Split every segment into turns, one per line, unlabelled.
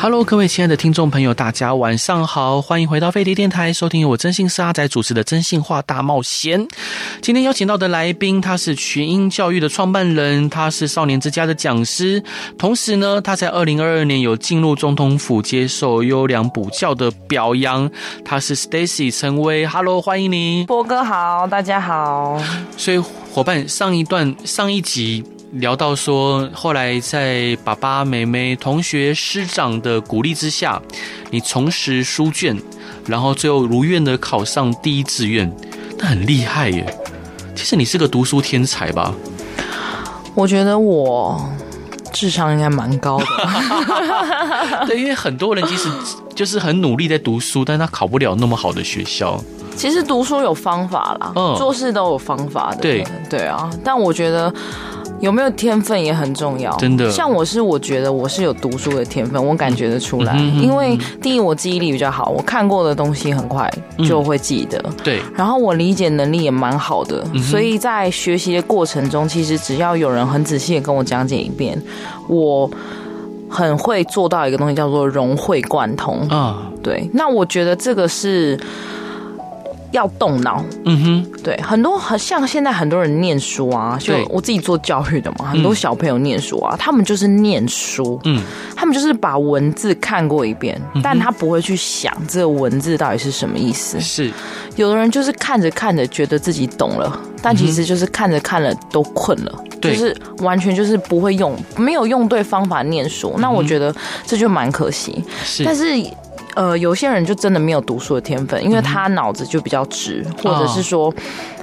Hello，各位亲爱的听众朋友，大家晚上好，欢迎回到飞碟电台，收听由我真心是阿仔主持的《真心话大冒险》。今天邀请到的来宾，他是群英教育的创办人，他是少年之家的讲师，同时呢，他在二零二二年有进入总统府接受优良补教的表扬。他是 Stacy 陈威，Hello，欢迎你。
波哥好，大家好。
所以伙伴，上一段上一集聊到说，后来在爸爸、妹妹、同学、师长的鼓励之下，你重拾书卷，然后最后如愿的考上第一志愿，那很厉害耶。其实你是个读书天才吧？
我觉得我智商应该蛮高的，
对，因为很多人其实就是很努力在读书，但他考不了那么好的学校。
其实读书有方法啦，
嗯
做事都有方法的。
对
对啊，但我觉得。有没有天分也很重要，
真的
像我是，我觉得我是有读书的天分，我感觉得出来。
嗯哼嗯哼
因为第一，我记忆力比较好，我看过的东西很快就会记得。
对，
然后我理解能力也蛮好的，
嗯哼
所以在学习的过程中，其实只要有人很仔细的跟我讲解一遍，我很会做到一个东西叫做融会贯通。
啊，
对，那我觉得这个是要动脑。
嗯哼，
对，很多很像现在很多人念书啊，就
对
我自己做教育的嘛，很多小朋友念书啊，他们就是念书，
嗯，
他们就是把文字看过一遍，但他不会去想这个文字到底是什么意思。
是，
有的人就是看着看着觉得自己懂了，但其实就是看着看了都困了，
对
就是完全就是不会用，没有用对方法念书。那
嗯
我觉得这就蛮可惜。
是，
但是，呃，有些人就真的没有读书的天分，因
嗯
为他脑子就比较直，或者是
哦
说。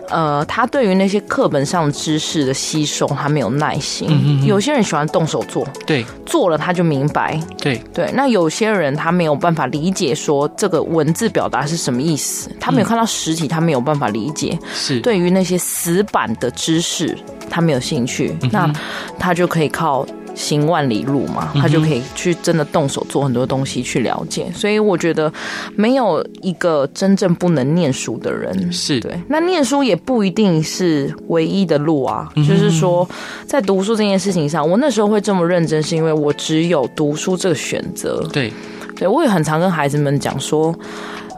呃，他对于那些课本上的知识的吸收，他没有耐心。
嗯嗯嗯
有些人喜欢动手做，
对，
做了他就明白。
对，
对，那有些人他没有办法理解说这个文字表达是什么意思，他没有看到实体，他没有办法理解。
是，，
对于那些死板的知识，他没有兴趣，那他就可以靠行万里路嘛，他就可以去真的动手做很多东西去了解。所以我觉得没有一个真正不能念书的人。
是，
对，那念书也不一定是唯一的路啊。就是说，在读书这件事情上，我那时候会这么认真，是因为我只有读书这个选择。
对，
对我也很常跟孩子们讲说，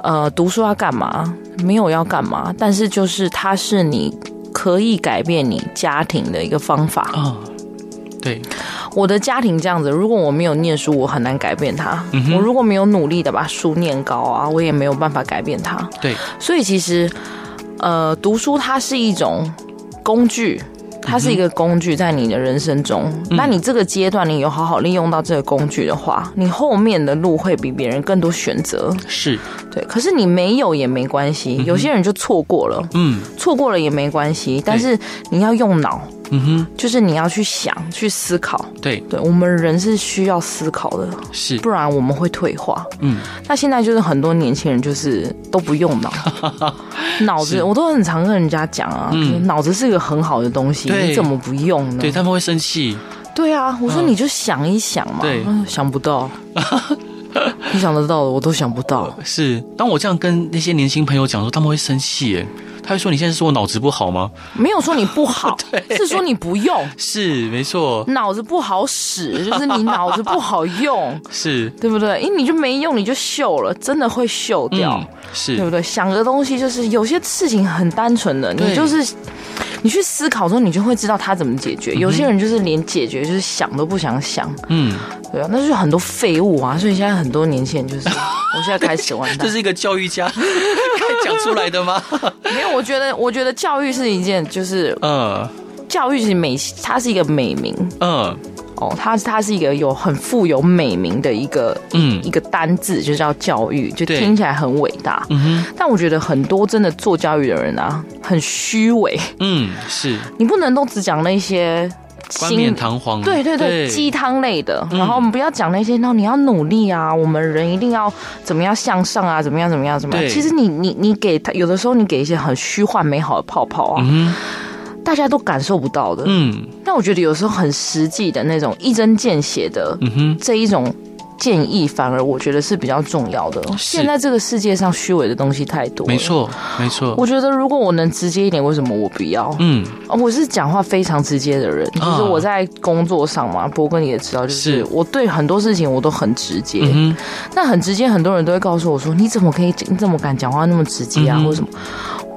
呃，读书要干嘛？没有要干嘛，但是就是它是你可以改变你家庭的一个方法。
啊，对，
我的家庭这样子，如果我没有念书，我很难改变它。我如果没有努力的把书念高啊，我也没有办法改变它。
对，
所以其实，呃，读书它是一种工具。它是一个工具，在你的人生中，
嗯
那你这个阶段你有好好利用到这个工具的话，你后面的路会比别人更多选择。
是，
对，可是你没有也没关系，有些人就错过了，
嗯，
错过了也没关系，但是你要用脑，
嗯哼，
就是你要去想、去思考。
对，
对我们人是需要思考的，
是，
不然我们会退化。
嗯，
那现在就是很多年轻人就是都不 用脑，脑子我都很常跟人家讲啊，就是脑子是一个很好的东西，
嗯对
你怎么不用呢？
对他们会生气，
对啊，我说
嗯
你就想一想嘛，
对
嗯想 不到，你想得到的我都想不到。
是，当我这样跟那些年轻朋友讲说，他们会生气，耶，他会说你现在是说我脑子不好吗？，
没有说你不好
对
是说你不用，
是，没错，
脑子不好使，就是你脑子不好 用，
是，
对不对？因为你就没用，你就锈了，真的会锈掉，
嗯，
对
是，
不对？想的东西就是有些事情很单纯的，
对
你就是你去思考之后，你就会知道它怎么解决。有些人就是连解决就是想都不想想，
嗯，
对啊，那就是很多废物啊。所以现在很多年轻 人就是，我现在开始完
这
蛋。
是一个教育家 该讲出来的吗？
没有，我觉得我觉得教育是一件，就是
嗯
教育是美，它是一个美名，
嗯
哦，它它是一个有很富有美名的一个、
嗯
一个单字，就叫教育，就
对
听起来很伟大。
嗯哼
但我觉得很多真的做教育的人啊，很虚伪，
嗯，是，
你不能都只讲那些
冠
心
冕堂皇，嗯
对对对，鸡汤类的。然后我们不要讲那些，那你要努力啊，我们人一定要怎么样向上啊，怎么样怎么样怎么样。
对
其实你你你给他，有的时候你给一些很虚幻美好的泡泡啊，
嗯
大家都感受不到的。
嗯
但我觉得有时候很实际的那种一针见血的
嗯哼，
这一种。建议反而我觉得是比较重要的。
哦是
现在这个世界上虚伪的东西太多，
没。错嗯没错，
我觉得如果我能直接一点，为什么我不要？
嗯
哦我是讲话非常直接的人，就
啊
是我在工作上嘛，波哥你也知道，就是
是
我对很多事情我都很直接。
嗯哼，
那很直接，很多人都会告诉我说：“你怎么可以，你怎么敢讲话那么直接啊，
嗯哼
或者什么？”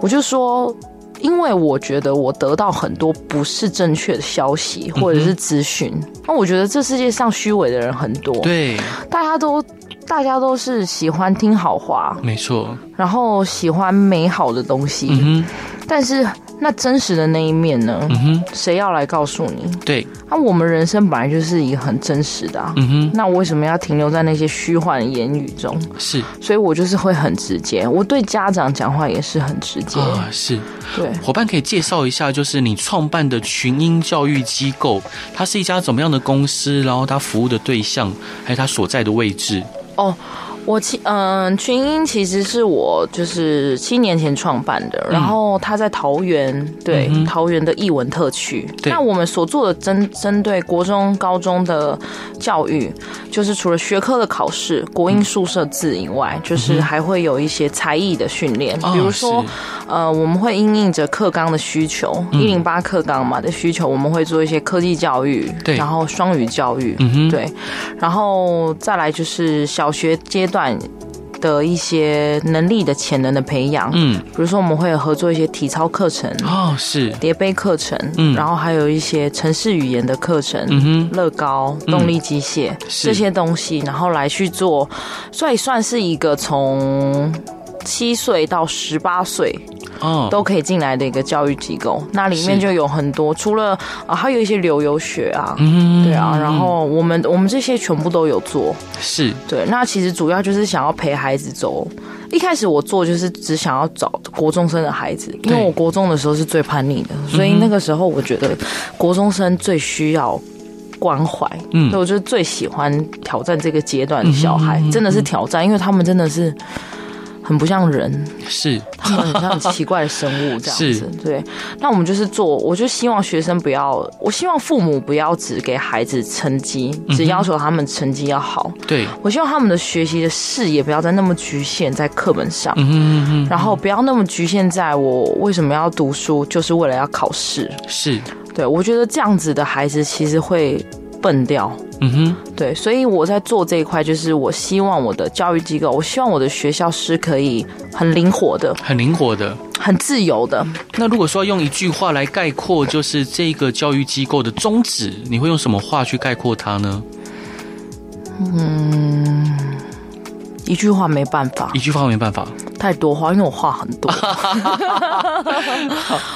我就说。因为我觉得我得到很多不是正确的消息或者是资讯，那、我觉得这世界上虚伪的人很多，
嗯对，
大家都大家都是喜欢听好话，
没错，
然后喜欢美好的东西，
嗯哼
但是那真实的那一面呢？
嗯哼，
谁要来告诉你？
对，
那、啊我们人生本来就是一个很真实的、啊，
嗯哼
那我为什么要停留在那些虚幻的言语中？
是
所以我就是会很直接，我对家长讲话也是很直接，
啊是。
对。
伙伴可以介绍一下，就是你创办的群英教育机构，它是一家怎么样的公司？然后它服务的对象，还有它所在的位置。
哦，我其嗯、群英其实是我就是七年前创办的，然后他在桃园，对、
嗯嗯哼
桃园的艺文特区。
对
那我们所做的针针对国中、高中的教育，就是除了学科的考试、国
嗯
英数设字以外，就是还会有一些才艺的训练，
哦
比如说。呃，我们会因应着课纲的需求，
嗯
一零八课纲嘛的需求，我们会做一些科技教育，
对
然后双语教育，
嗯哼
对，然后再来就是小学阶段。的一些能力的潜能的培养，
嗯，
比如说我们会合作一些体操课程、
哦，是，
叠杯课程，
嗯
然后还有一些城市语言的课程，
嗯
乐高、动力机械、
是
这些东西，然后来去做，所以算是一个从七岁到十八岁
哼，哦，
都可以进来的一个教育机构。那里面
是
就有很多，除了啊，还有一些旅游学啊，
嗯
对啊，然后我们我们这些全部都有做。
是，
对，那其实主要就是想要陪孩子走。一开始我做就是只想要找国中生的孩子，因
对
为
嗯
我国中的时候是最叛逆的，所以那个时候我觉得国中生最需要关怀。
嗯嗯
所以我就最喜欢挑战这个阶段的小孩，真的是挑战，因为他们真的是很不像人，
是，
他们很像奇怪的生物这样
是
子。对，那我们就是做，我就希望学生不要，我希望父母不要只给孩子成绩，只要求他们成绩要好。
对，
我希望他们的学习的视野不要再那么局限在课本上，
嗯哼
然后不要那么局限在我为什么要读书，就是为了要考试。
哼，是，
对我觉得这样子的孩子其实会笨掉。
嗯哼，
对，所以我在做这一块，就是我希望我的教育机构，我希望我的学校是可以很灵活的、
很灵活的。
很自由的。
那如果说用一句话来概括，就是这个教育机构的宗旨，你会用什么话去概括它呢？
一句话没办法
一，句话没办法。
太多话，因为我话很 多。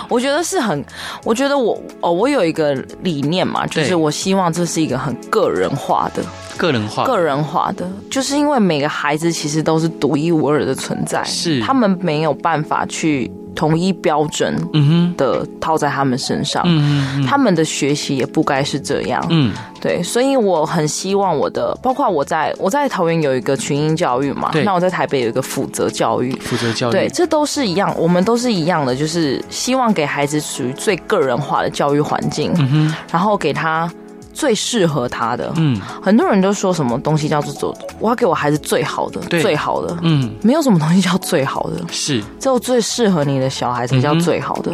我觉得是很，我觉得我哦，我有一个理念嘛，就
对
是我希望这是一个很个人化的、
个人化，
个人化的，就是因为每个孩子其实都是独一无二的存在，
是
他们没有办法去统一标准
嗯哼，
的套在他们身上。
嗯嗯
他们的学习也不该是这样，
嗯，
对，所以我很希望我的，包括我在我在桃园有一个群英教育嘛
对，哦
那我在台北有一个负责教育，
负责教育，
对，这都是一样，我们都是一样的，就是希望给孩子属于最个人化的教育环境，
嗯哼，
然后给他最适合他的。
嗯
很多人都说什么东西叫做做，我要给我孩子最好的，
对
最好的。
嗯，
没有什么东西叫最好的，
是，
只有最适合你的小孩
嗯
才叫最好的。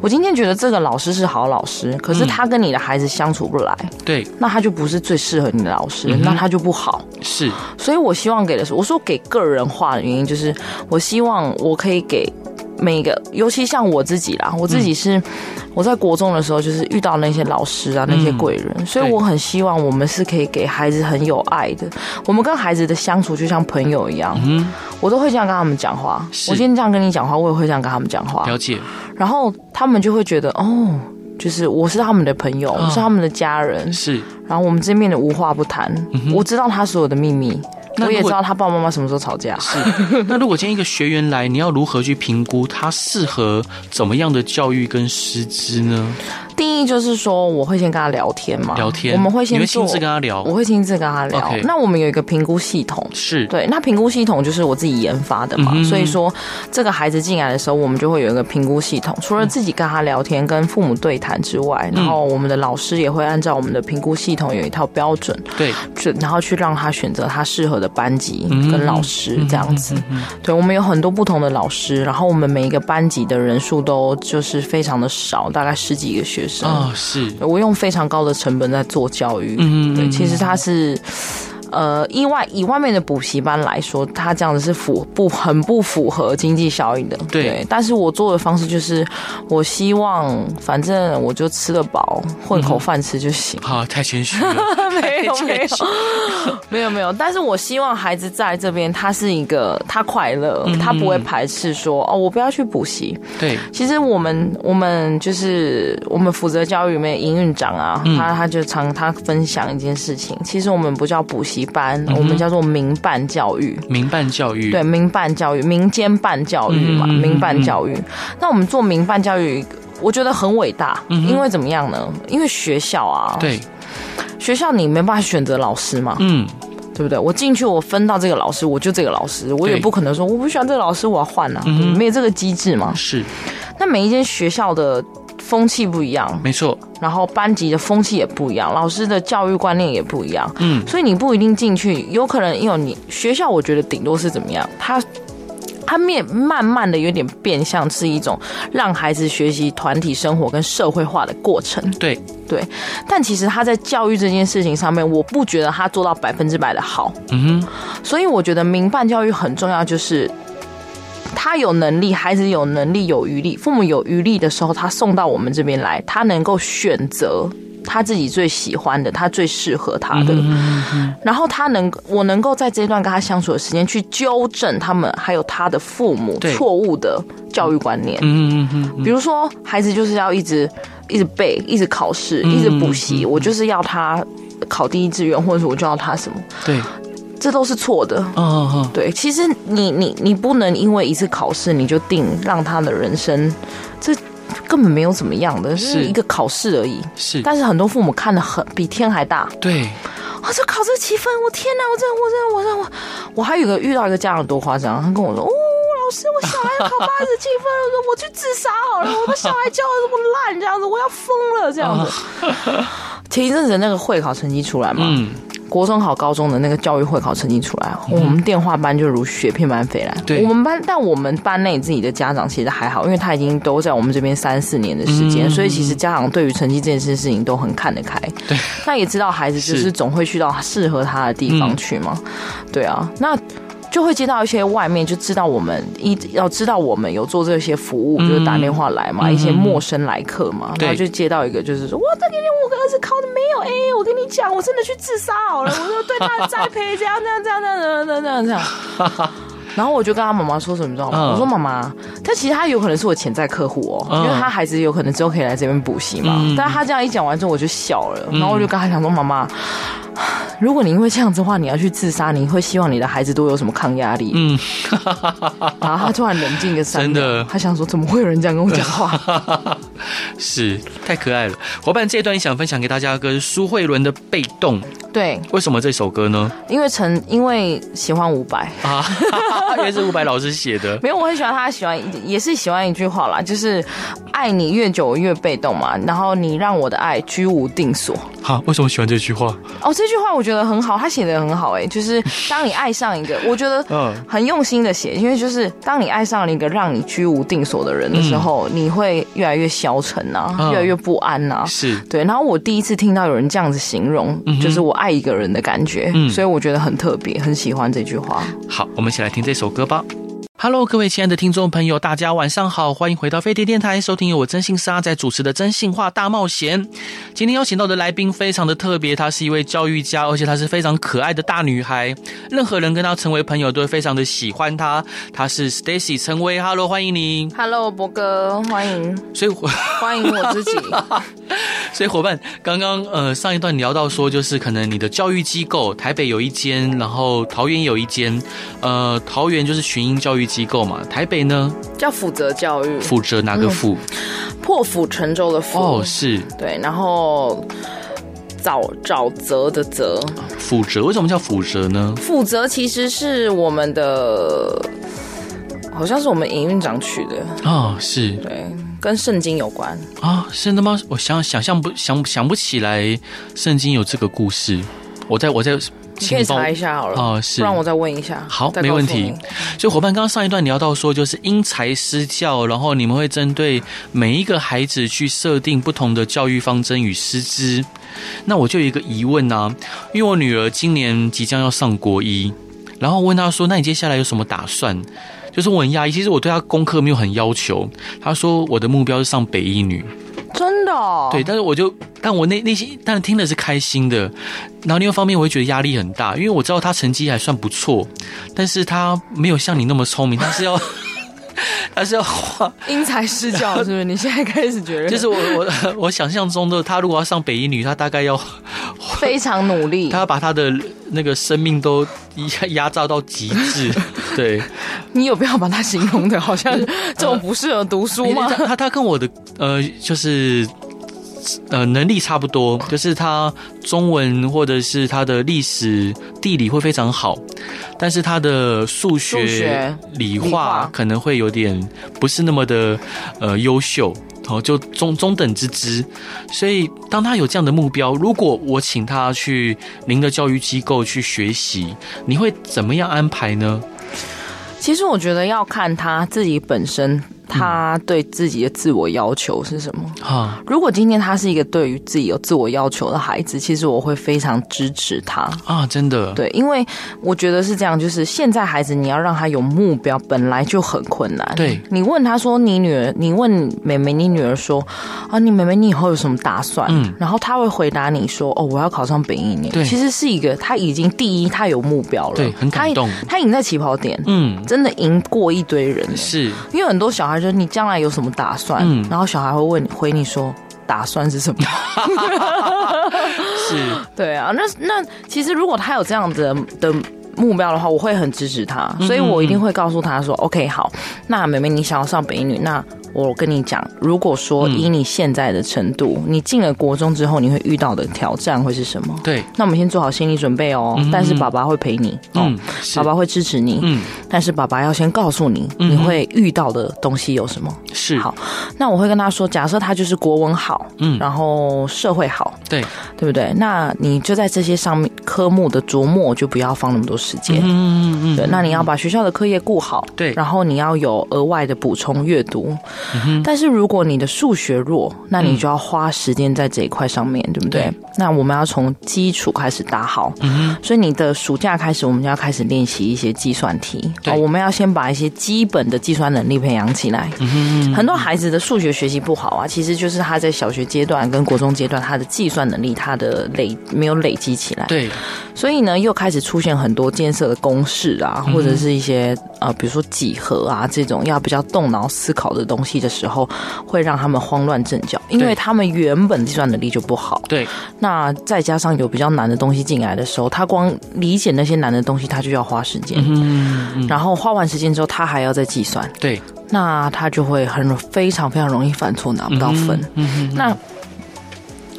我今天觉得这个老师是好老师，可
嗯
是他跟你的孩子相处不来，
对，
那他就不是最适合你的老师，
嗯
那他就不好。
是，
所以我希望给的是，我说给个人化的原因就是，我希望我可以给每个，尤其像我自己啦，我自己是、我在国中的时候就是遇到那些老师啊，
嗯
那些贵人，所以我很希望我们是可以给孩子很有爱的，我们跟孩子的相处就像朋友一样，
嗯，
我都会这样跟他们讲话，
是
我今天这样跟你讲话，我也会这样跟他们讲话，
了解，
然后他们就会觉得哦。就是我是他们的朋友，
嗯
我是他们的家人，
是。
然后我们这边的无话不谈，我知道他所有的秘密，
嗯那
我也
如果
知道他爸爸妈妈什么时候吵架。
是，那如果今天一个学员来，你要如何去评估他适合怎么样的教育跟师资呢？
第一就是说，我会先跟他聊天嘛，
聊天，
我们会先
你会
做
亲自跟他聊，
我会亲自跟他聊。
OK
那我们有一个评估系统，
是
对，那评估系统就是我自己研发的嘛，
嗯哼
所以说这个孩子进来的时候，我们就会有一个评估系统。除了自己跟他聊天、跟父母对谈之外，
嗯
然后我们的老师也会按照我们的评估系统有一套标准，
对，
就然后去让他选择他适合的班级
嗯
跟老师这样子。对，我们有很多不同的老师，然后我们每一个班级的人数都就是非常的少，大概十几个学生。
啊、是，
对我用非常高的成本在做教育。
嗯
对，其实它是。呃，意外以外面的补习班来说，它这样子是符不很不符合经济效益的。
对
但是我做的方式就是，我希望反正我就吃得饱，混
嗯
口饭吃就行。
啊，太谦虚了，
没有
太
没
谦虚
有 没有没有，但是我希望孩子在这边，他是一个他快乐，
嗯
他不会排斥说哦，我不要去补习，
对，
其实我们我们就是我们负责教育里面的营运长啊，
嗯
他他就常他分享一件事情，其实我们不叫补习班，
嗯
我们叫做民办教育。
民办教育，
对，民办教育、民间办教育嘛，
嗯嗯嗯
民办教育。那我们做民办教育，我觉得很伟大，因为怎么样呢？因为学校啊，
嗯对，
学校你没办法选择老师嘛，
嗯，
对不对？我进去，我分到这个老师，我就这个老师，我也
对嗯
不可能说我不喜欢这个老师，我要换啊，没有这个机制嘛。
是，
那每一间学校的风气不一样，
没错，
然后班级的风气也不一样，老师的教育观念也不一样，
嗯，
所以你不一定进去，有可能因为你学校，我觉得顶多是怎么样，他。他面慢慢的有点变相是一种让孩子学习团体生活跟社会化的过程，
对，
对。但其实他在教育这件事情上面，我不觉得他做到百分之百的好，
嗯哼，
所以我觉得民办教育很重要，就是他有能力，孩子有能力有余力，父母有余力的时候，他送到我们这边来，他能够选择。他自己最喜欢的，他最适合他
嗯
的，然后他能，我能够在这段跟他相处的时间去纠正他们，还有他的父母
对
错误的教育观念。
嗯嗯嗯，
比如说，孩子就是要一直一直背，一直考试，
嗯
一直补习，我就是要他考第一志愿，或者是我就要他什么，
对，
这都是错的。
哦哦，
对，其实你你你不能因为一次考试你就定让他的人生，这根本没有怎么样的，
是
是一个考试而已。
是，
但是很多父母看得很比天还大，
对，
哇！啊这考这七分，我天哪！我真的，我真的，我真的，我我还有一个遇到一个家长多夸张，他跟我说：“哦，老师，我小孩考八十七分，我说我去自杀好了，我的小孩教的这么烂，这样子，我要疯了，这样子。”前一阵子那个会考成绩出来嘛，
嗯，
国中考高中的那个教育会考成绩出来，我们电话班就如雪片般飞来。
对
我们班，但我们班内自己的家长其实还好，因为他已经都在我们这边三四年的时
嗯
间，所以其实家长对于成绩这件事情都很看得开。
对，
那也知道孩子就是是总会去到适合他的地
嗯
方去嘛。对啊，那。就会接到一些外面就知道我们一要知道我们有做这些服务，就是打电话来嘛，一些陌生来客嘛，
嗯对
然后就接到一个就是说，我这几天我跟儿子考的没有 A，我跟你讲，我真的去自杀 好了，我就对他的栽培这样这样这样这样这样这样这样。然后我就跟他妈妈说什么，你知道吗？
嗯
我说妈妈，但其实他有可能是我潜在客户哦，
嗯
因为他孩子有可能之后可以来这边补习嘛。
嗯
但他这样一讲完之后，我就笑了，然后我就跟他讲说，妈妈。如果你因为这样子的话，你要去自杀，你会希望你的孩子都有什么抗压力？
嗯，
然后他突然冷静个三
真
秒，
的
他想说怎么会有人这样跟我讲 话？
是太可爱了。伙伴，这一段也想分享给大家跟苏慧伦的《被动》，
对，
为什么这首歌呢？
因为陈因为喜欢伍佰，
啊， 原来是伍佰老师写的。
没有我很喜欢他，喜欢也是喜欢一句话啦，就是爱你越久我越被动嘛，然后你让我的爱居无定所。
好、为什么喜欢这句话？
哦，这句话我觉得很好，他写的很好哎、就是当你爱 上一个，我觉得
嗯
很用心的写，因为就是当你爱上了一个让你居无定所的人的时候，你会越来越消沉呐、
嗯
越来越不安呐、
是
对，然后我第一次听到有人这样子形容，就是我爱一个人的感觉，
嗯
所以我觉得很特别，很喜欢这句话。
好，我们一起来听这首歌吧。Hello，各位亲爱的听众朋友，大家晚上好，欢迎回到飞碟电台，收听由我真心是阿仔主持的《真心话大冒险》。今天邀请到的来宾非常的特别，她是一位教育家，而且她是非常可爱的大女孩，任何人跟她成为朋友都会非常的喜欢她。她是 Stacy 陈薇，Hello，欢迎你。
Hello，博哥，欢迎
所以我。
欢迎我自 己。
所以伙伴，刚刚呃上一段聊到说，就是可能你的教育机构台北有一间，然后桃园有一间，呃，桃园就是群英教育机构嘛，台北呢
叫负责教育，嗯
负责哪个负？
破釜沉舟的釜，
哦，是
对，然后沼沼泽的泽，
腐折，为什么叫腐折呢？
负责其实是我们的，好像是我们营运长取的，
哦，是
对，跟圣经有关。
啊，真的吗？我想想象不想想不起来，圣经有这个故事。我在我在，
你可以
请帮我
查一下好了，
哦是
不然我再问一下。
好
再
没
告诉
问题
你
所以伙伴刚刚上一段聊到说，就是因材施教，然后你们会针对每一个孩子去设定不同的教育方针与师资。那我就有一个疑问啊，因为我女儿今年即将要上国一，然后我问她说：“那你接下来有什么打算？”就是我很压抑，其实我对她功课没有很要求。她说：“我的目标是上北一女。”
真的、哦，
对，但是我就，但我内内心，但听的是开心的，然后另外一方面，我会觉得压力很大，因为我知道他成绩还算不错，但是他没有像你那么聪明，他是要，他是要花，
因材施教是不是？你现在开始觉得
就是我我我想象中的他如果要上北一女，他大概要
非常努力
他。要把他的那个生命都压压榨到极致，对，
你有必要把它形容的 好像这种不适合读书吗
他？他他跟我的呃，就是呃能力差不多，就是他中文或者是他的历史、地理会非常好，但是他的数学、
数学
理
理
化
化
可能会有点不是那么的呃优秀。哦，就中中等之之，所以当他有这样的目标，如果我请他去您的教育机构去学习，你会怎么样安排呢？
其实我觉得要看他自己本身，他对自己的自我要求是什么。
啊，
如果今天他是一个对于自己有自我要求的孩子，其实我会非常支持他。
啊，真的，
对，因为我觉得是这样，就是现在孩子你要让他有目标，本来就很困难。
对
你问他说你女儿，你问妹妹，你女儿说啊，你妹妹你以后有什么打算？
嗯
然后他会回答你说哦，我要考上北一女。
对
其实是一个他已经第一他有目标了，
对很感动
他他赢在起跑点，
嗯，
真的赢过一堆人了。
是，
因为很多小孩就是你将来有什么打算，
嗯
然后小孩会问你回你说打算是什么。
是，
对啊，那那其实如果他有这样的的目标的话，我会很支持他，
嗯
所以我一定会告诉他说、o k 好，那妹妹你想要上北一女，那我跟你讲，如果
嗯
说以你现在的程度，你进了国中之后，你会遇到的挑战会是什么？
对，
那我们先做好心理准备哦，
嗯
但是爸爸会陪你，哦，
嗯，是
爸，爸会支持你，
嗯，
但是爸爸要先告诉你
嗯
你会遇到的东西有什么。
是，
好那我会跟他说，假设他就是国文好，
嗯，
然后社会好，
对，
对不对？那你就在这些上面科目的琢磨，就不要放那么多时间。
嗯嗯嗯
对，那你要把学校的课业顾好，
对嗯
然后你要有额外的补充阅读。但是如果你的数学弱，那你就要花时间在这一块上面，对不对？
对
那我们要从基础开始打好。
嗯
所以你的暑假开始，我们就要开始练习一些计算题。哦
对
我们要先把一些基本的计算能力培养起来。
嗯
很多孩子的数学学习不好啊，其实就是他在小学阶段跟国中阶段，他的计算能力他的累没有累积起来，
对，
所以呢，又开始出现很多建设的公式啊，或
嗯
者是一些呃，比如说几何啊这种要比较动脑思考的东西的时候，会让他们慌乱阵脚，因
对
为他们原本计算能力就不好，
对，
那再加上有比较难的东西进来的时候，他光理解那些难的东西，他就要花时间。
嗯，
然后花完时间之后，他还要再计算，
对，
那他就会很容非常非常容易犯错，拿不到分。
嗯嗯，
那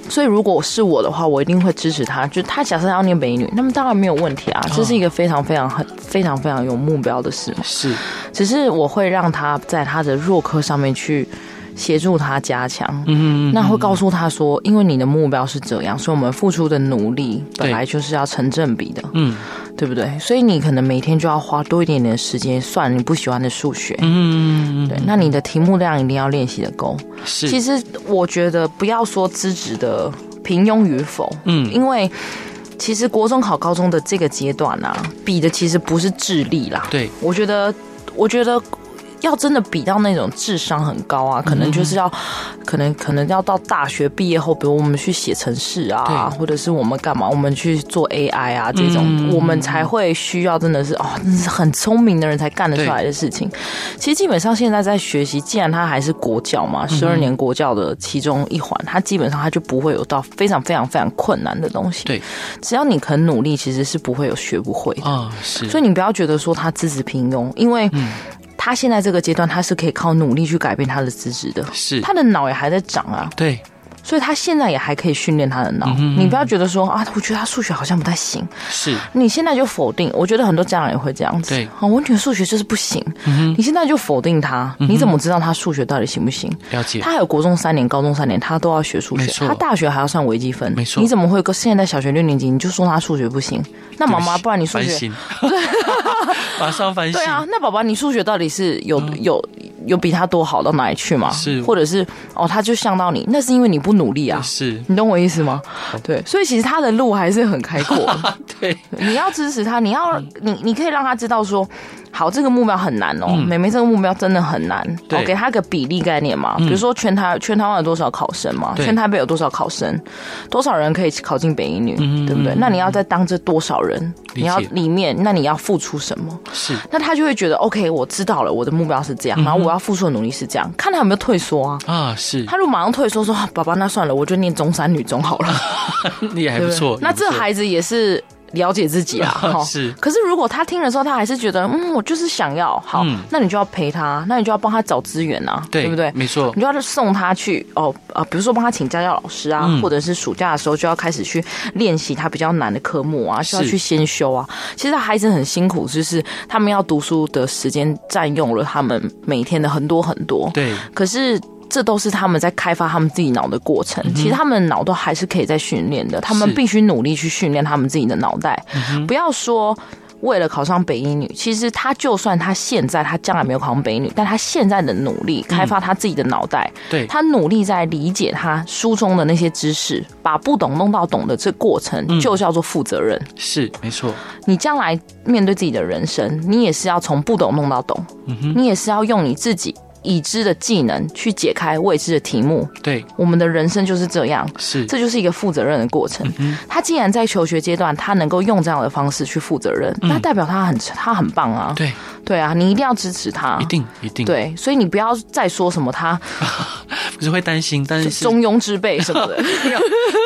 所以如果是我的话，我一定会支持他。就他假设他要念美女，那么当然没有问题
哦
啊，这是一个非常非常很非常非常有目标的事嘛。
是，
只是我会让他在他的弱科上面去协助他加强。
嗯
那会告诉他说，因为你的目标是这样，所以我们付出的努力
对
本来就是要成正比的，
嗯
对不对？所以你可能每天就要花多一点点时间算你不喜欢的数学，
嗯，
对，那你的题目量一定要练习的够。
是，
其实我觉得不要说资质的平庸与否，
嗯，
因为其实国中考高中的这个阶段啊，比的其实不是智力啦。
对，
我觉得，我觉得。要真的比到那种智商很高啊，可
嗯
能就是要，可能可能要到大学毕业后，比如我们去写程式啊，
对
或者是我们干嘛，我们去做 AI 啊这种，
嗯
我们才会需要真的是哦，真的是很聪明的人才干得出来的事情。其实基本上现在在学习，既然它还是国教
嗯
嘛，十二年国教的其中一环，它基本上它就不会有到非常非常非常困难的东西。
对，
只要你肯努力，其实是不会有学不会的。
啊，是，
所以你不要觉得说它资质平庸，因为。他现在这个阶段，他是可以靠努力去改变他的资质的。
是，
他的脑也还在长啊，
对，
所以他现在也还可以训练他的
嗯
脑。你不要觉得说啊，我觉得他数学好像不太行，
是，
你现在就否定。我觉得很多家长也会这样子。
对嗯
啊，我女儿数学就是不行，你现在就否定他，你怎么知道他数学到底行不行？
了解，
他还有国中三年、高中三年，他都要学数
没
学，
错
他大学还要算微积分，
没错
你怎么会跟现在小学六年级你就说他数学不行？那妈妈，不然你数
反
学
省， 马上反省，
对啊，那宝宝，你数学到底是有、有有比他多好到哪里去吗？
嗯是
或者是哦，他就像到你，那是因为你不努力啊，
是，
你懂我意思吗？对，所以其实他的路还是很开 阔的。
啊对，
你要支持他，你要
嗯
你你可以让他知道说，好，这个目标很难哦，妹妹这个目标真的很难，
嗯对嗯
哦，给他个比例概念嘛，比如说全台全台湾有多少考生嘛，
对
全台北有多少考生，多少人可以考进北一女，对不对？那你要在当这多少人，
嗯理解
你要里面，那你要付出什么？
是，
那他就会觉得 OK，我知道了，我的目标是这
嗯
样，然后我要付出的努力是这样，看他有没有退缩啊。
啊，是，
他如果马上退缩说：“啊爸爸，那算了，我就念中山女中好了。”
你 也还
对
不
不对
错，
那
也不
这
错
孩子也是了解 自己啦，啊哈
是
可是如果他听的时候，他还是觉得，嗯，我就是想要，好，
嗯
那你就要陪他，那你就要帮他找资源啊，
对
不对？
没错
你就要送他去哦啊、比如说帮他请家教老师啊，或者是暑假的时候就要开始去练习他比较难的科目啊，需要
是
去先修啊。其实孩子很辛苦，就是他们要读书的时间占用了他们每天的很多很多。
对，
可是这都是他们在开发他们自己脑的过程。其实他们的脑都还是可以在训练的，他们必须努力去训练他们自己的脑袋，不要说。为了考上北一女，其实他就算他现在他将来没有考上北一女，但他现在的努力开发他自己的脑袋，
对，
他努力在理解他书中的那些知识，把不懂弄到懂的这过程，就叫做负责任。
是，没错，
你将来面对自己的人生，你也是要从不懂弄到懂，
嗯
你也是要用你自己已知的技能去解开未知的题目。
对，
我们的人生就是这样，
是，
这就是一个负责任的过程。
嗯
他既然在求学阶段，他能够用这样的方式去负责任，那代表他很他很棒啊！
嗯对，
对啊，你一定要支持他
一。定，一定，，
对，所以你不要再说什么他
不是会担心，但是
中庸之辈什么的。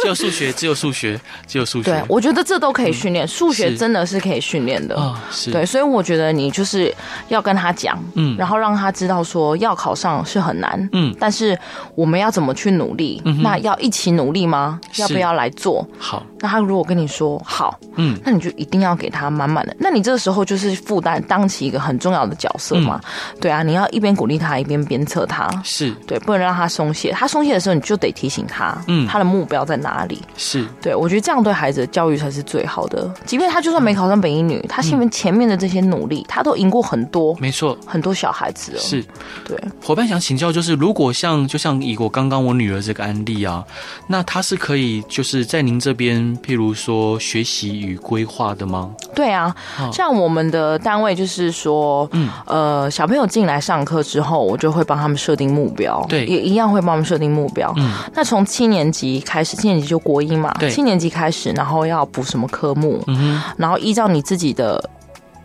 只有数学，只有数学，只有数学，
对，我觉得这都可以训练，数学
嗯是
真的是可以训练的。
啊，是，
对，所以我觉得你就是要跟他讲，
嗯
嗯，然后让他知道说要考上是很难，
嗯
嗯，但是我们要怎么去努力？那要一起努力吗？
是
要不要来做？
好，
那他如果跟你说好，
嗯
嗯，那你就一定要给他满满的。那你这个时候就是负担当起一个很重要的角色嘛，对啊，你要一边鼓励他，一边鞭策他。
是，
对，不能让他松懈。他松懈的时候，你就得提醒他，
嗯
嗯，他的目标在哪里？
是，
对，我觉得这样对孩子的教育才是最好的。即便他就算没考上北一女，他前
嗯
面前面的这些努力，他都赢过很多
没错，
很多小孩子了。，哦
是。
嗯对，
伙伴想请教，就是如果像就像以我刚刚我女儿这个案例啊，那她是可以就是在您这边，譬如说学习与规划的吗？
对啊。像我们的单位就是说，
嗯
呃，小朋友进来上课之后，我就会帮他们设定目标，
对
也一样会帮他们设定目标。
嗯
那从七年级开始，七年级就国一嘛
对，
七年级开始，然后要补什么科目，
嗯哼，
然后依照你自己的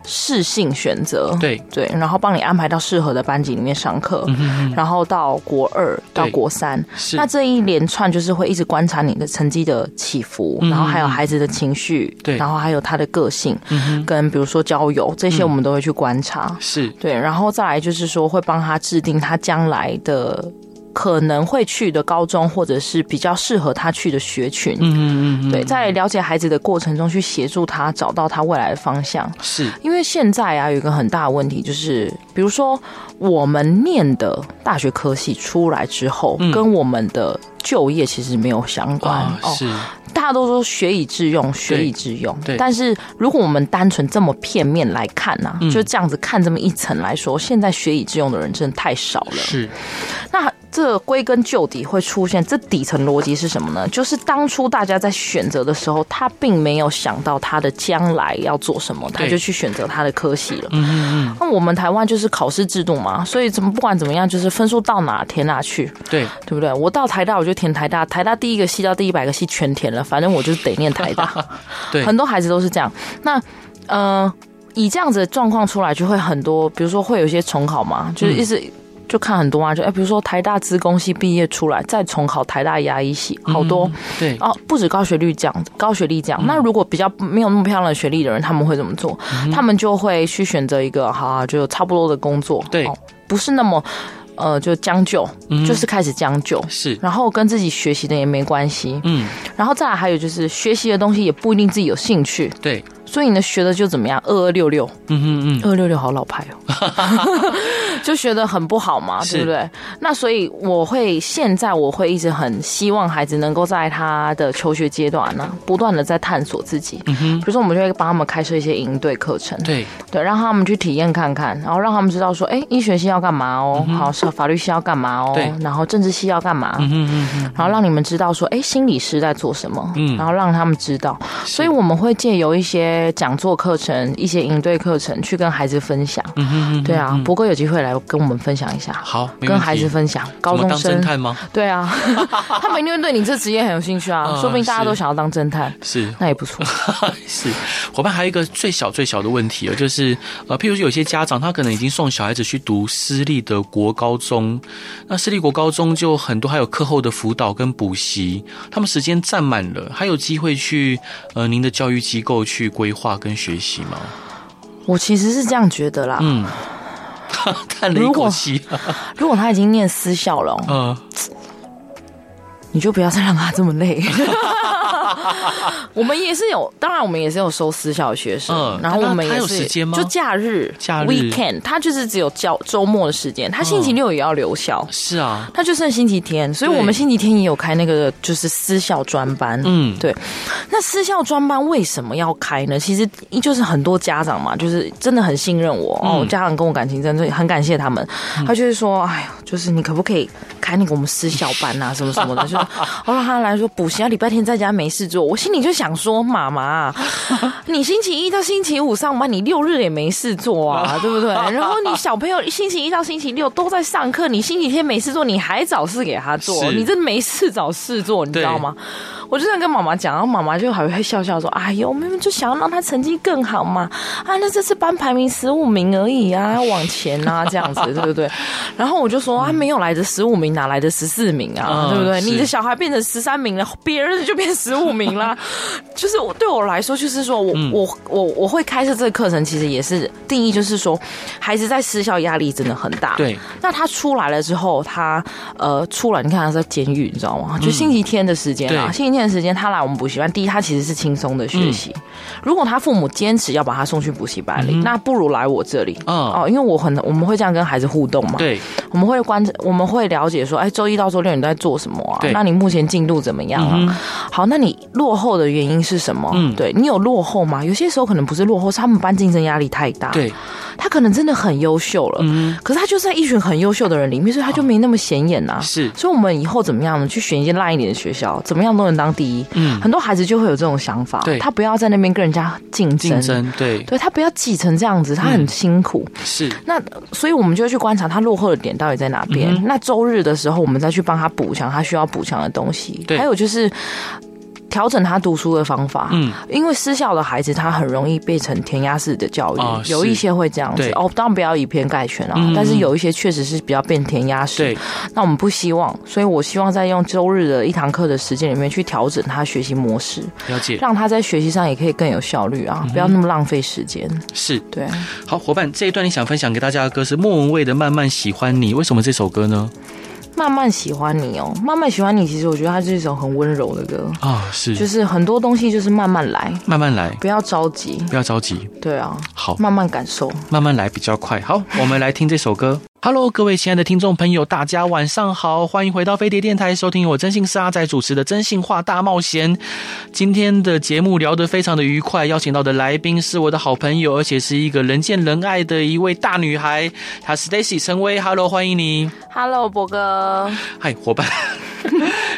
适性选择，
对，
对，然后帮你安排到适合的班级里面上课，
嗯哼哼，
然后到国二到
对
国三，
是
那，这一连串就是会一直观察你的成绩的起伏，
嗯
然后还有孩子的情绪，
对
然后还有他的个性，
嗯哼，
跟比如说交友这
嗯
些，我们都会去观察，
是，
对，然后再来就是说会帮他制定他将来的可能会去的高中，或者是比较适合他去的学群。
嗯嗯嗯，
对，在了解孩子的过程中，去协助他找到他未来的方向。
是，
因为现在啊，有一个很大的问题，就是比如说我们念的大学科系出来之后，
嗯
跟我们的就业其实没有相关、
啊，
哦。
是，
大家都说学以致用，学以致用。
对
但是如果我们单纯这么片面来看呢、
嗯
就这样子看这么一层来说，现在学以致用的人真的太少了。
是，
那这归根究底会出现这底层逻辑是什么呢？就是当初大家在选择的时候，他并没有想到他的将来要做什么，他
对
就去选择他的科系了。
嗯嗯
那我们台湾就是考试制度嘛，所以怎么不管怎么样，就是分数到哪填哪去，
嗯，对，
对不对？我到台大我就填台大，台大第一个系到第一百个系全填了，反正我就是得念台大。
对，
很多孩子都是这样。那呃，以这样子的状况出来，就会很多，比如说会有一些重考嘛，就是一直。就看很多啊，就哎，比如说台大资工系毕业出来，再重考台大牙医系，好多、
对，
哦，不止高学历奖，高学历
嗯
奖。那如果比较没有那么漂亮的学历的人，他们会怎么做？他们就会去选择一个哈、啊，就差不多的工作，
对
哦，不是那么呃，就将就，
嗯
就是开始将就。
是，
然后跟自己学习的也没关系，
嗯，
然后再来还有就是学习的东西也不一定自己有兴趣，
对，
所以呢学的就怎么样二二六六
嗯嗯嗯，
二六六好老牌哦， 就学的很不好嘛，
是
对不对？那所以我会现在我会一直很希望孩子能够在他的求学阶段呢，不断的在探索自己。
嗯哼，
比如说，我们就会帮他们开设一些营队课程，
对，
对，让他们去体验看看，然后让他们知道说，哎，医学系要干嘛哦，好，是法律系要干嘛哦
嗯对，
然后政治系要干嘛，
嗯嗯嗯嗯，
然后让你们知道说，哎，心理师在做什么，
嗯
然后让他们知道，所以我们会借由一些讲座课程、一些应对课程去跟孩子分享。
嗯哼嗯，
对啊，博哥有机会来跟我们分享一下，
好，没
跟
问
孩子
题。
分享高
怎么
中
当侦
生。
探吗？
对啊， 他们一定会对你这职业很有兴趣啊，
嗯
说不定大家
是
都想要当侦探，
是，
那也不错。
是，伙伴还有一个最小最小的问题哦，就是呃，譬如说有些家长他可能已经送小孩子去读私立的国高中，那私立国高中就很多还有课后的辅导跟补习，他们时间占满了，还有机会去呃您的教育机构去规划跟学习吗？
我其实是这样觉得啦，
嗯，叹了一口气，
如果他已经念私校了哦、
呃，
你就不要再让他这么累。 我们也是有，当然我们也是有收私校的学生，
嗯
然后我们
那他
也
有
是
时间吗
就假日、
假日
weekend，他就是只有教周末的时间，他星期六也要留校，
是啊，
他就剩星期天，所以
对
我们星期天也有开那个就是私校专班。
嗯，
对，那私校专班为什么要开呢？其实就是很多家长嘛，就是真的很信任我、哦
嗯，
家长跟我感情真的很感谢他们。他就是说，哎呦，就是你可不可以开那个我们私校班啊，什么什么的， 就是我让他来说补习啊，礼拜天在家没事做。我心里就想说，妈妈，你星期一到星期五上班，你六日也没事 做啊，对不对？然后你小朋友星期一到星期六都在上课，你星期天没事做，你还找事给他做，
是
你这没事找事做，你知道
对
吗？我就这样跟妈妈讲，然后妈妈就还会笑笑说：“哎呦，我明明就想要让他成绩更好嘛，啊，那这次班排名十五名而 已啊，要往前啊，这样子，对不对？”然后我就说：“啊，没有来的十五名，哪来的十四名啊？
嗯
对不对？
是
你的小孩变成十三名了，别人就变十五 名啦。就是我对我来说，就是说我、
嗯
我我我会开设这个课程，其实也是定义，就是说孩子在私校压力真的很大，
对，
那他出来了之后，他呃出来，你看他在监狱，你知道吗？就星期天的时间啊，
嗯对
星期天的时间他来我们补习班，第一他其实是轻松的学
嗯
习。如果他父母坚持要把他送去补习班里，那不如来我这里。
嗯，
哦，因为我很我们会这样跟孩子互动嘛，
对，
我们会关我们会了解说，哎，周一到周六你都在做什么啊
对？
那你目前进度怎么样啊？
嗯哼
好，那你落后的原因是什么？
嗯
对你有落后吗？有些时候可能不是落后，是他们班竞争压力太大，
对，
他可能真的很优秀了，
嗯，
可是他就是在一群很优秀的人里面，所以他就没那么显眼呐、啊
是，
所以，我们以后怎么样呢？去选一些烂一点的学校，怎么样都能当第一。
嗯，
很多孩子就会有这种想法
对，
他不要在那边跟人家竞争，
竞争，嗯对，
对他不要挤成这样子，他很辛苦。
是，
那所以我们就会去观察他落后的点到底在哪边。
嗯哼
那周日的时候，我们再去帮他补强他需要补强的东西。
对
还有就是调整他读书的方法。
嗯，
因为私校的孩子他很容易变成填鸭式的教育，
哦
有
是
一些会这样子
对
哦，当然不要以偏概全啊，
嗯
但是有一些确实是比较变填鸭式。
对，
那我们不希望，所以我希望在用周日的一堂课的时间里面去调整他学习模式，
了解，
让他在学习上也可以更有效率
嗯
啊，不要那么浪费时间。
是。
对，
好，伙伴，这一段你想分享给大家的歌是莫文蔚的《慢慢喜欢你》，为什么这首歌呢？
慢慢喜欢你哦，慢慢喜欢你，其实我觉得它是一首很温柔的歌，
啊、是
就是很多东西就是慢慢来，
慢慢来，
不要着急。
不要着急，
对啊，
好，
慢慢感受。
慢慢来比较快。 好，我们来听这首歌。Hello，各位亲爱的听众朋友，大家晚上好，欢迎回到飞碟电台，收听由我真心是阿仔主持的《真心话大冒险》。今天的节目聊得非常的愉快，邀请到的来宾是我的好朋友，而且是一个人见人爱的一位大女孩，她 Stacy 陈薇。Hello，欢迎你。
Hello，博哥，
嗨，伙伴。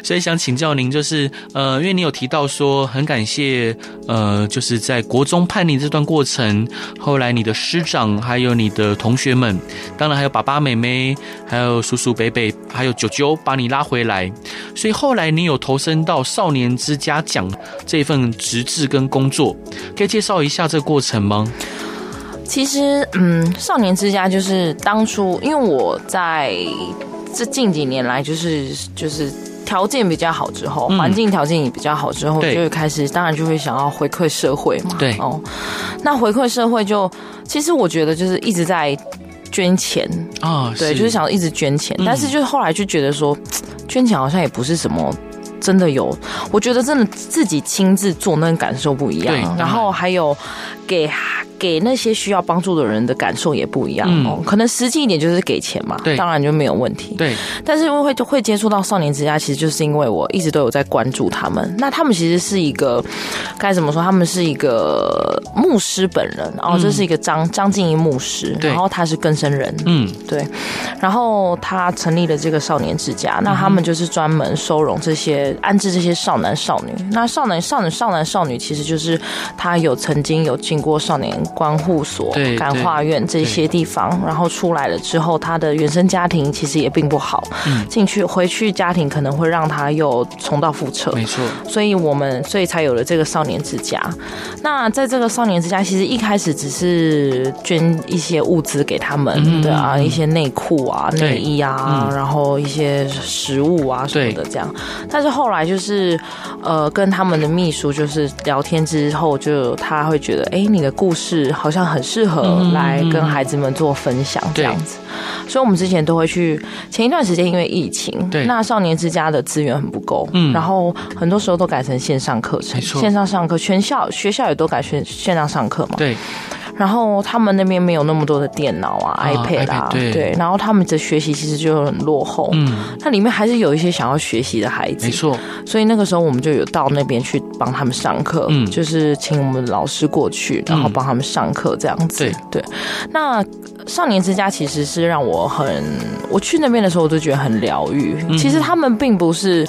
所以想请教您，就是呃，因为你有提到说很感谢呃，就是在国中叛逆这段过程，后来你的师长还有你的同学们，当然还有爸爸、妹妹，还有叔叔、伯伯，还有舅舅把你拉回来。所以后来你有投身到少年之家奖这份职志跟工作，可以介绍一下这个过程吗？
其实，嗯，少年之家就是当初，因为我在这近几年来、就是，就是就是条件比较好之后，环境条件也比较好之
嗯
后，
对
就开始当然就会想要回馈社会嘛。
对
哦，那回馈社会就，其实我觉得就是一直在捐钱，
啊，
对，就是想一直捐钱，
嗯
但是就是后来就觉得说，捐钱好像也不是什么。真的有，我觉得真的自己亲自做那个感受不一样啊
对当，嗯然
然后还有给给那些需要帮助的人的感受也不一样、
嗯
哦。可能实际一点就是给钱嘛，
对
当然就没有问题。
对，
但是因为会会接触到少年之家，其实就是因为我一直都有在关注他们。那他们其实是一个该怎么说？他们是一个牧师本人，然后这是一个张、张静怡牧师，
嗯对
然后他是更生人，
嗯，
对，然后他成立了这个少年之家，那
嗯
他们就是专门收容这些、安置这些少男少女。那少男少女、少男少女，其实就是他有曾经有进过少年关护所
对、
感化院这些地方，然后出来了之后，他的原生家庭其实也并不好，
嗯
进去回去家庭可能会让他又重蹈覆辙。
没错，
所以我们所以才有了这个少年之家。那在这个少年之家，其实一开始只是捐一些物资给他们，
嗯
对啊，
嗯
一些内裤啊、
对
内衣啊，
嗯
然后一些食物啊什么的这样。但是后来就是呃，跟他们的秘书就是聊天之后，就他会觉得，哎、你的故事好像很适合
嗯
来
嗯
跟
嗯
孩子们做分享这
对
样子。所以我们之前都会去。前一段时间因为疫情，
对
那少年之家的资源很不够，
嗯
然后很多时候都改成线上课程，
没错
线上上课，全校学校也都改线线上上课嘛。
对，
然后他们那边没有那么多的电脑啊、
啊
iPad 啊
iPad，对
然后他们的学习其实就很落后。
嗯，
那里面还是有一些想要学习的孩子
没，错，
所以那个时候我们就有到那边去帮他们上课，
嗯
就是请我们老师过去，然后帮他们上课这样子。
对
对，那少年之家其实是让我很，我去那边的时候我就觉得很疗愈。
嗯
其实他们并不是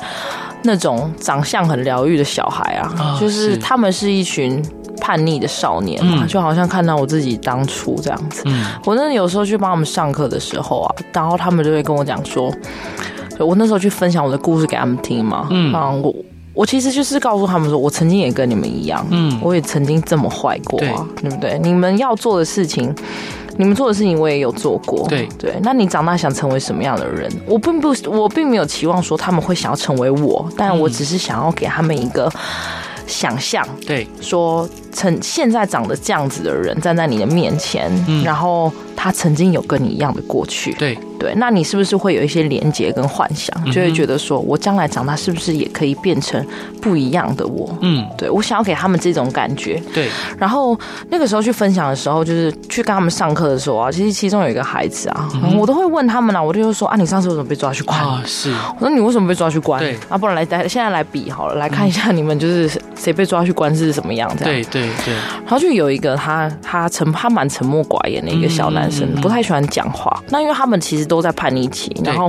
那种长相很疗愈的小孩啊，
啊
就是
是
他们是一群。叛逆的少年嘛，
嗯
就好像看到我自己当初这样子。
嗯，
我那有时候去帮他们上课的时候啊，然后他们就会跟我讲说，我那时候去分享我的故事给他们听嘛，嗯，
嗯
我我其实就是告诉他们说，我曾经也跟你们一样，嗯
嗯，
我也曾经这么坏过啊，对不对？你们要做的事情。你们做的事情我也有做过，
对
对。那你长大想成为什么样的人？我并不，我并没有期望说他们会想要成为我，但我只是想要给他们一个想象，
对，
说曾现在长得这样子的人站在你的面前，
嗯
然后他曾经有跟你一样的过去，
对，
对，那你是不是会有一些连结跟幻想，
嗯
就会觉得说我将来长大是不是也可以变成不一样的我？
嗯，
对我想要给他们这种感觉，
对，
然后那个时候去分享的时候，就是去跟他们上课的时候啊，其实其中有一个孩子啊，我都会问他们啊，我就会说啊，你上次为什么被抓去关？
嗯啊，是，
我说你为什么被抓去关？
对
啊，不然来来现在来比好了，来看一下你们就是谁被抓去关是什么样这样。
对，对，对，
然后就有一个他，他沉，他蛮沉默寡言的一个小男
嗯
生，不太喜欢讲话。那因为他们其实都在叛逆期，然后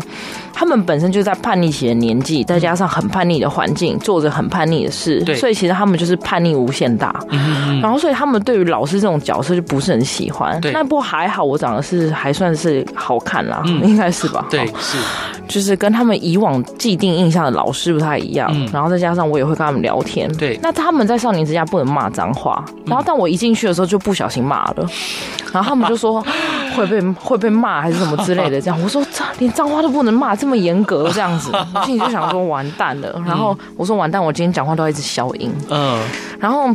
他们本身就在叛逆期的年纪，再加上很叛逆的环境，做着很叛逆的事，
嗯对嗯
所以其实他们就是叛逆无限大。然后所以他们对于老师这种角色就不是很喜欢。
对
那不过还好，我长得是还算是好看啦，
嗯
应该是吧？
对
好，
是，
就是跟他们以往既定印象的老师不太一样，
嗯
然后再加上我也会跟他们聊天，
对嗯
那他们在少年之家不能骂脏话，然后但我一进去的时候就不小心骂了，然后他们 就说会被会被骂还是什么之类的，这样我说这连脏话都不能骂，这么严格这样子，我心里就想说完蛋了，然后我说完蛋，我今天讲话都要一直消音，
嗯，
然后。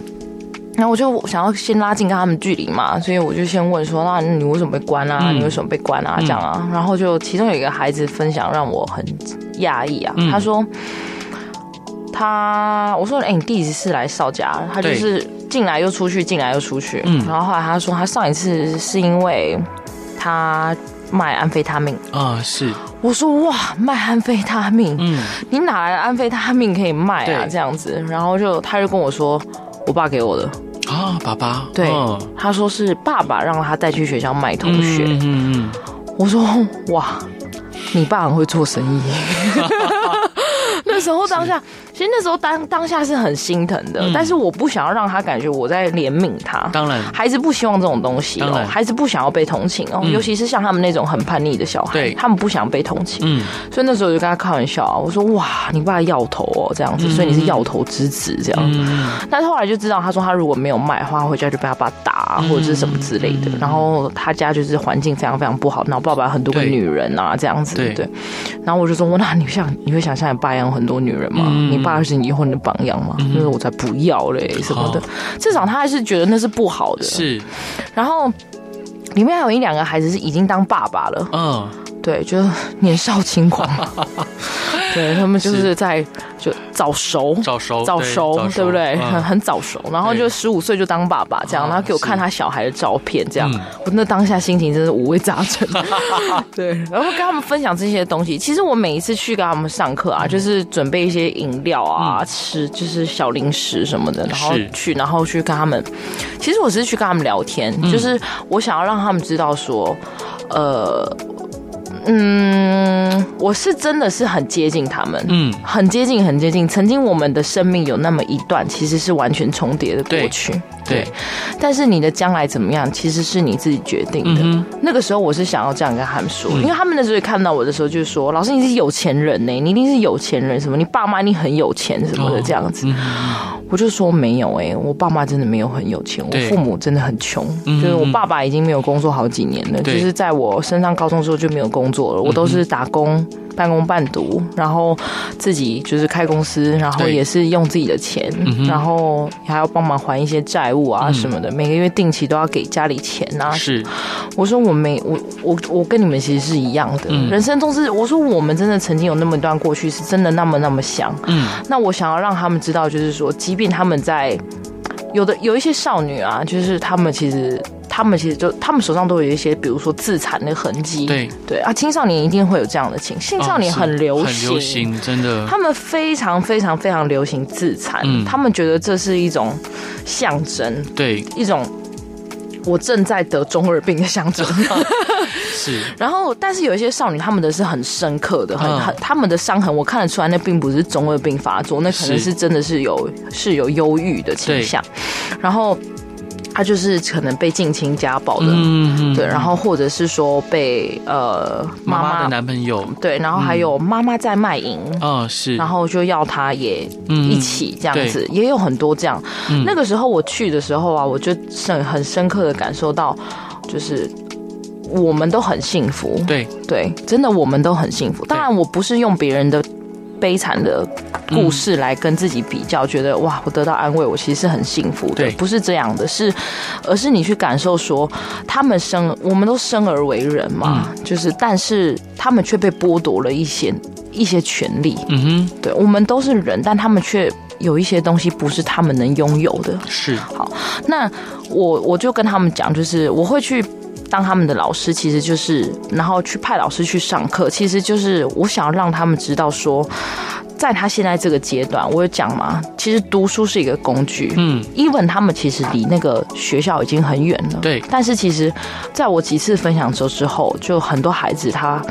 然后我就想要先拉近跟他们距离嘛，所以我就先问说：“那你为什么被关啊？
嗯
你为什么被关啊？”这样啊，然后就其中有一个孩子分享让我很讶异啊，
嗯
他说：“他我说哎、你第几次来少家？他就
对
是进来又出去，进来又出去。
嗯
然后后来他说他上一次是因为他卖安非他命。
啊，是，
我说哇，卖安非他命，
嗯，
你哪来的安非他命可以卖啊？
对
这样子，然后就他就跟我说，我爸给我的。”
啊，爸爸，
对，
嗯
他说是爸爸让他带去学校卖同学。
嗯嗯
我说哇，你爸很会做 生意。那时候当下，其实那时候当当下是很心疼的，
嗯
但是我不想要让他感觉我在怜悯他
嗯，。当然，
孩子不希望这种东西
当
哦
然，
孩子不想要被同情哦，
嗯
尤其是像他们那种很叛逆的小孩，
对
他们不想被同情，
嗯，
所以那时候我就跟他开玩笑啊，我说哇，你爸要头哦，这样子，
嗯
所以你是要头之子这样子
嗯，
但是后来就知道，他说他如果没有卖的话，他回家就被他爸打、啊，或者是什么之类
嗯
的。然后他家就是环境非常非常不好，然后爸爸很多个
对
女人啊，这样子
对
对。然后我就说，那你想你会想象你爸养很多女人吗？
嗯
你爸是你以后你的榜样吗？那、我才不要嘞什么的
好，
至少他还是觉得那是不好的。
是，
然后。里面还有一两个孩子是已经当爸爸了，
嗯，
对，就是年少 轻狂，对他们就是在就早熟，
早熟，
早
对
熟，对不对？ 很、
嗯
很早熟，然后
对
就十五岁就当爸爸这样，
啊
然后给我看
是
他小孩的照片这样，
嗯
我那当下心情真是五味杂 陈。对，然后跟他们分享这些东西。其实我每一次去跟他们上课
嗯
啊，就是准备一些饮料啊、吃，就是小零食什么的，然后
是
去，然后去跟他们。其实我只是去跟他们聊天，
嗯
就是我想要让他们知道说，呃。嗯，我是真的是很接近他们，
嗯
很接近，很接近。曾经我们的生命有那么一段，其实是完全重叠的过去。
对，
但是你的将来怎么样，其实是你自己决定的。
嗯
那个时候我是想要这样跟他们说，因为他们那时候看到我的时候，就说：“老师，你是有钱人呢、你一定是有钱人，什么你爸妈一定很有钱什么的
哦
这样子。
嗯嗯
我就说没有哎、我爸妈真的没有很有钱，我
对
父母真的很穷，
嗯
就是我爸爸已经没有工作好几年了，就
对嗯
是在我升上高中之后就没有工作了，我都是打工。半工半读，然后自己就是开公司，然后
对嗯
也是用自己的钱，然后还要帮忙还一些债务啊什么的，每个月定期都要给家里钱啊
嗯是，
我说我没我我我跟你们其实是一样的，
嗯
人生中是我说我们真的曾经有那么一段过去，是真的那么那么想。
嗯，
那我想要让他们知道，就是说，即便他们在有的有一些少女啊，就是他们其实他们其实就他们手上都有一些，比如说自残的痕迹。
对，
对啊，青少年一定会有这样的情，青少年
嗯是
很流
很
行，
流行，真的，
他们非常非常非常流行自残，
嗯
他们觉得这是一种象征，
对，
一种我正在得中二病的象征。
是，
然后，但是有一些少女，她们的是很深刻的，很
嗯
很，她们的伤痕，我看得出来，那并不是中二病发作，那可
是
能是真的是有是有忧郁的倾向，然后她就是可能被近亲家暴的，
嗯，嗯
对，然后或者是说被呃
妈
妈
妈的
妈
男朋友，
对，然后还有妈妈在卖淫。
嗯，是，
然后就要她也
嗯
一起这样子，也有很多这样。那个时候我去的时候啊，我就深很深刻的感受到，就是我们都很幸福，
对，
对，真的我们都很幸福。当然，我不是用别人的悲惨的故事来跟自己比较，觉得哇，我得到安慰，我其实是很幸福的
对，
不是这样的，是而是你去感受说，他们生，我们都生而为人嘛，就是，但是他们却被剥夺了一些一些权利。
嗯哼，
对，我们都是人，但他们却有一些东西不是他们能拥有的。
是，
那我我就跟他们讲，就是我会去当他们的老师，其实就是然后去派老师去上课，其实就是我想要让他们知道说，在他现在这个阶段，我有讲嘛，其实读书是一个工具，
嗯，
even 他们其实离那个学校已经很远了，
对
但是其实，在我几次分享之后之后，就很多孩子他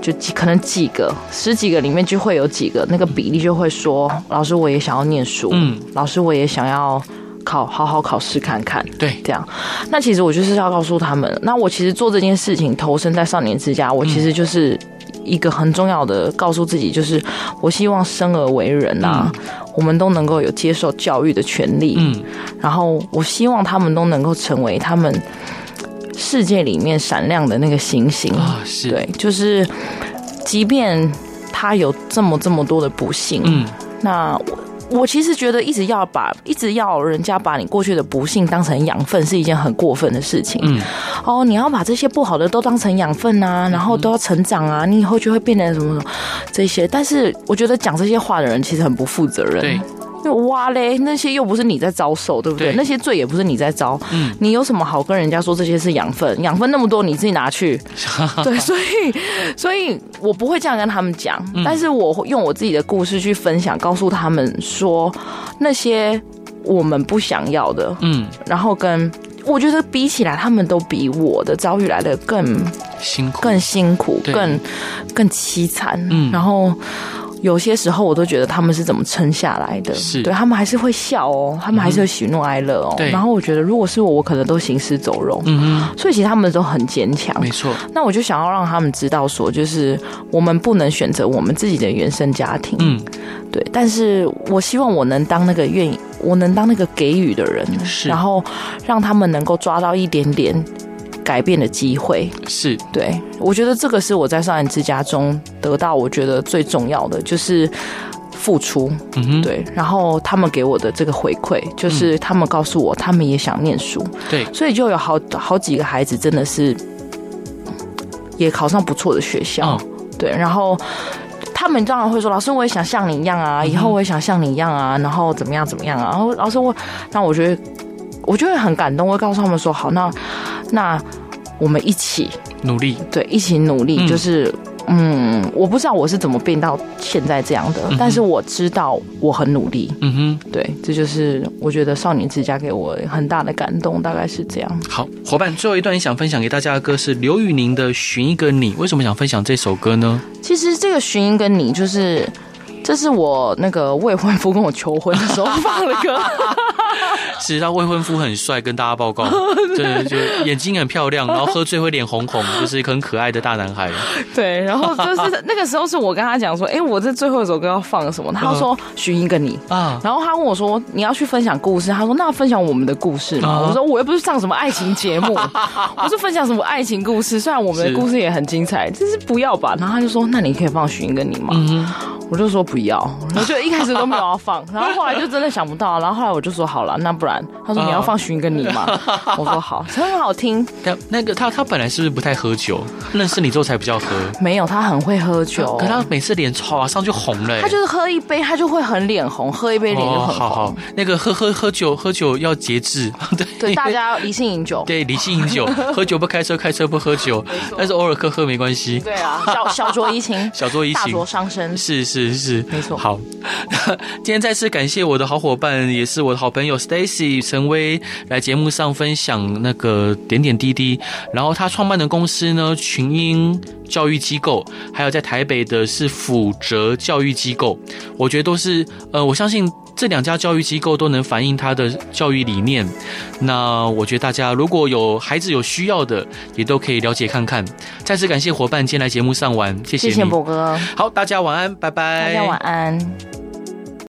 就几可能几个十几个里面就会有几个那个比例就会说，老师我也想要念书，
嗯，
老师我也想要考好好考试看看，
对，
这样。那其实我就是要告诉他们，那我其实做这件事情，投身在少年之家，我其实就是一个很重要的告诉自己，就是我希望生而为人啊，我们都能够有接受教育的权利。
嗯，
然后我希望他们都能够成为他们世界里面闪亮的那个星星。
啊，是，
对，就是即便他有这么这么多的不幸，
嗯，
那我。我其实觉得一直要把一直要人家把你过去的不幸当成养分是一件很过分的事情。
嗯，
哦，你要把这些不好的都当成养分啊，然后都要成长啊，你以后就会变成什么什么这些。但是我觉得讲这些话的人其实很不负责任。
对，
因为哇嘞，那些又不是你在遭受，对不对？
对
那些罪也不是你在遭，
嗯
你有什么好跟人家说这些是养分？养分那么多，你自己 拿去。对，所以，所以我不会这样跟他们讲，
嗯
但是我会用我自己的故事去分享，告诉他们说那些我们不想要的，
嗯，
然后跟。我觉得比起来，他们都比我的遭遇来的更
辛苦，
更辛苦，
对
更更凄惨。
嗯
然后有些时候我都觉得他们是怎么撑下来的，
是嗯
对他们还是会笑哦，他们还是会喜怒哀乐哦。
对
然后我觉得如果是我，我可能都行尸走肉。
嗯哼，
所以其实他们都很坚强。
没错，
那我就想要让他们知道说，就是我们不能选择我们自己的原生家庭，
嗯，
对。但是我希望我能当那个愿意我能当那个给予的人，
是
然后让他们能够抓到一点点改变的机会。
是
对我觉得这个是我在上人之家中得到我觉得最重要的，就是付出。
嗯哼，
对，然后他们给我的这个回馈，就是他们告诉我，他们也想念书，
对
所以就有好好几个孩子真的是也考上不错的学校，
嗯
对，然后。他们当然会说：“老师，我也想像你一样
嗯
啊，以后我也想像你一样啊，然后怎么样怎么样啊。”然后老师我，那我觉得我就会很感动，我会告诉他们说：“好，那那我们一起
努力，
对，一起努力，
嗯
就是嗯，我不知道我是怎么变到现在这样的，
嗯哼
但是我知道我很努力。
嗯哼，
对，这就是我觉得少年之家给我很大的感动，大概是这样。
好，伙伴，最后一段你想分享给大家的歌是刘宇宁的《寻一个你》，为什么想分享这首歌 呢？
其实这个寻音跟你就是。这是我那个未婚夫跟我求婚的时候放的 歌，
是他未婚夫很帅，跟大家 报告，对，就眼睛很漂亮，然后喝醉会脸红红，就是一个很可爱的大男孩。
对，然后就是那个时候是我跟他讲说，哎、我这最后一首歌要放什么？他说寻音跟你，
啊，
然后他问我说：“你要去分享故事？”他说：“那分享我们的故事嘛。
啊
我说：“我又不是上什么爱情 节目，我是分享什么爱情故事。虽然我们
是
的故事也很精彩，就是不要吧。”然后他就说：“那你可以放寻跟你吗？”
嗯
我就说：“不要。”我就一开始都没有要放，然后后来就真的想不到，然后后来我就说：“好了，那不然。”他说：“你要放寻跟你 吗？”我说：“好，很好听。
但那个他他本来是不是不太喝酒？认识你之后才比较喝。”
没有，他很会喝酒
哦可，他每次脸马上就红了、欸。
他就是喝一杯他就会很脸红，喝一杯脸就
哦，
很
好
红。
好，那个喝喝喝酒喝酒要节制， 对
对，大家理性饮酒。
对理性饮酒，喝酒不开车，开车不喝酒，但是偶尔喝喝没关系。
对啊，小小酌怡情，
小酌怡
大
情
酌伤身。
是是是，
没错
好， 今天再次感谢我的好伙伴，也是我的好朋友 Stacy 陈威来节目上分享那个点点滴滴。然后他创办的公司呢，群英教育机构，还有在台北的是辅哲教育机构，我觉得都是呃，我相信这两家教育机构都能反映他的教育理念。那我觉得大家如果有孩子有需要的，也都可以了解看看。再次感谢伙伴今天来节目上玩，谢谢
谢
你。哎
谢博哥，
好，大家晚安，拜拜。
大家晚安。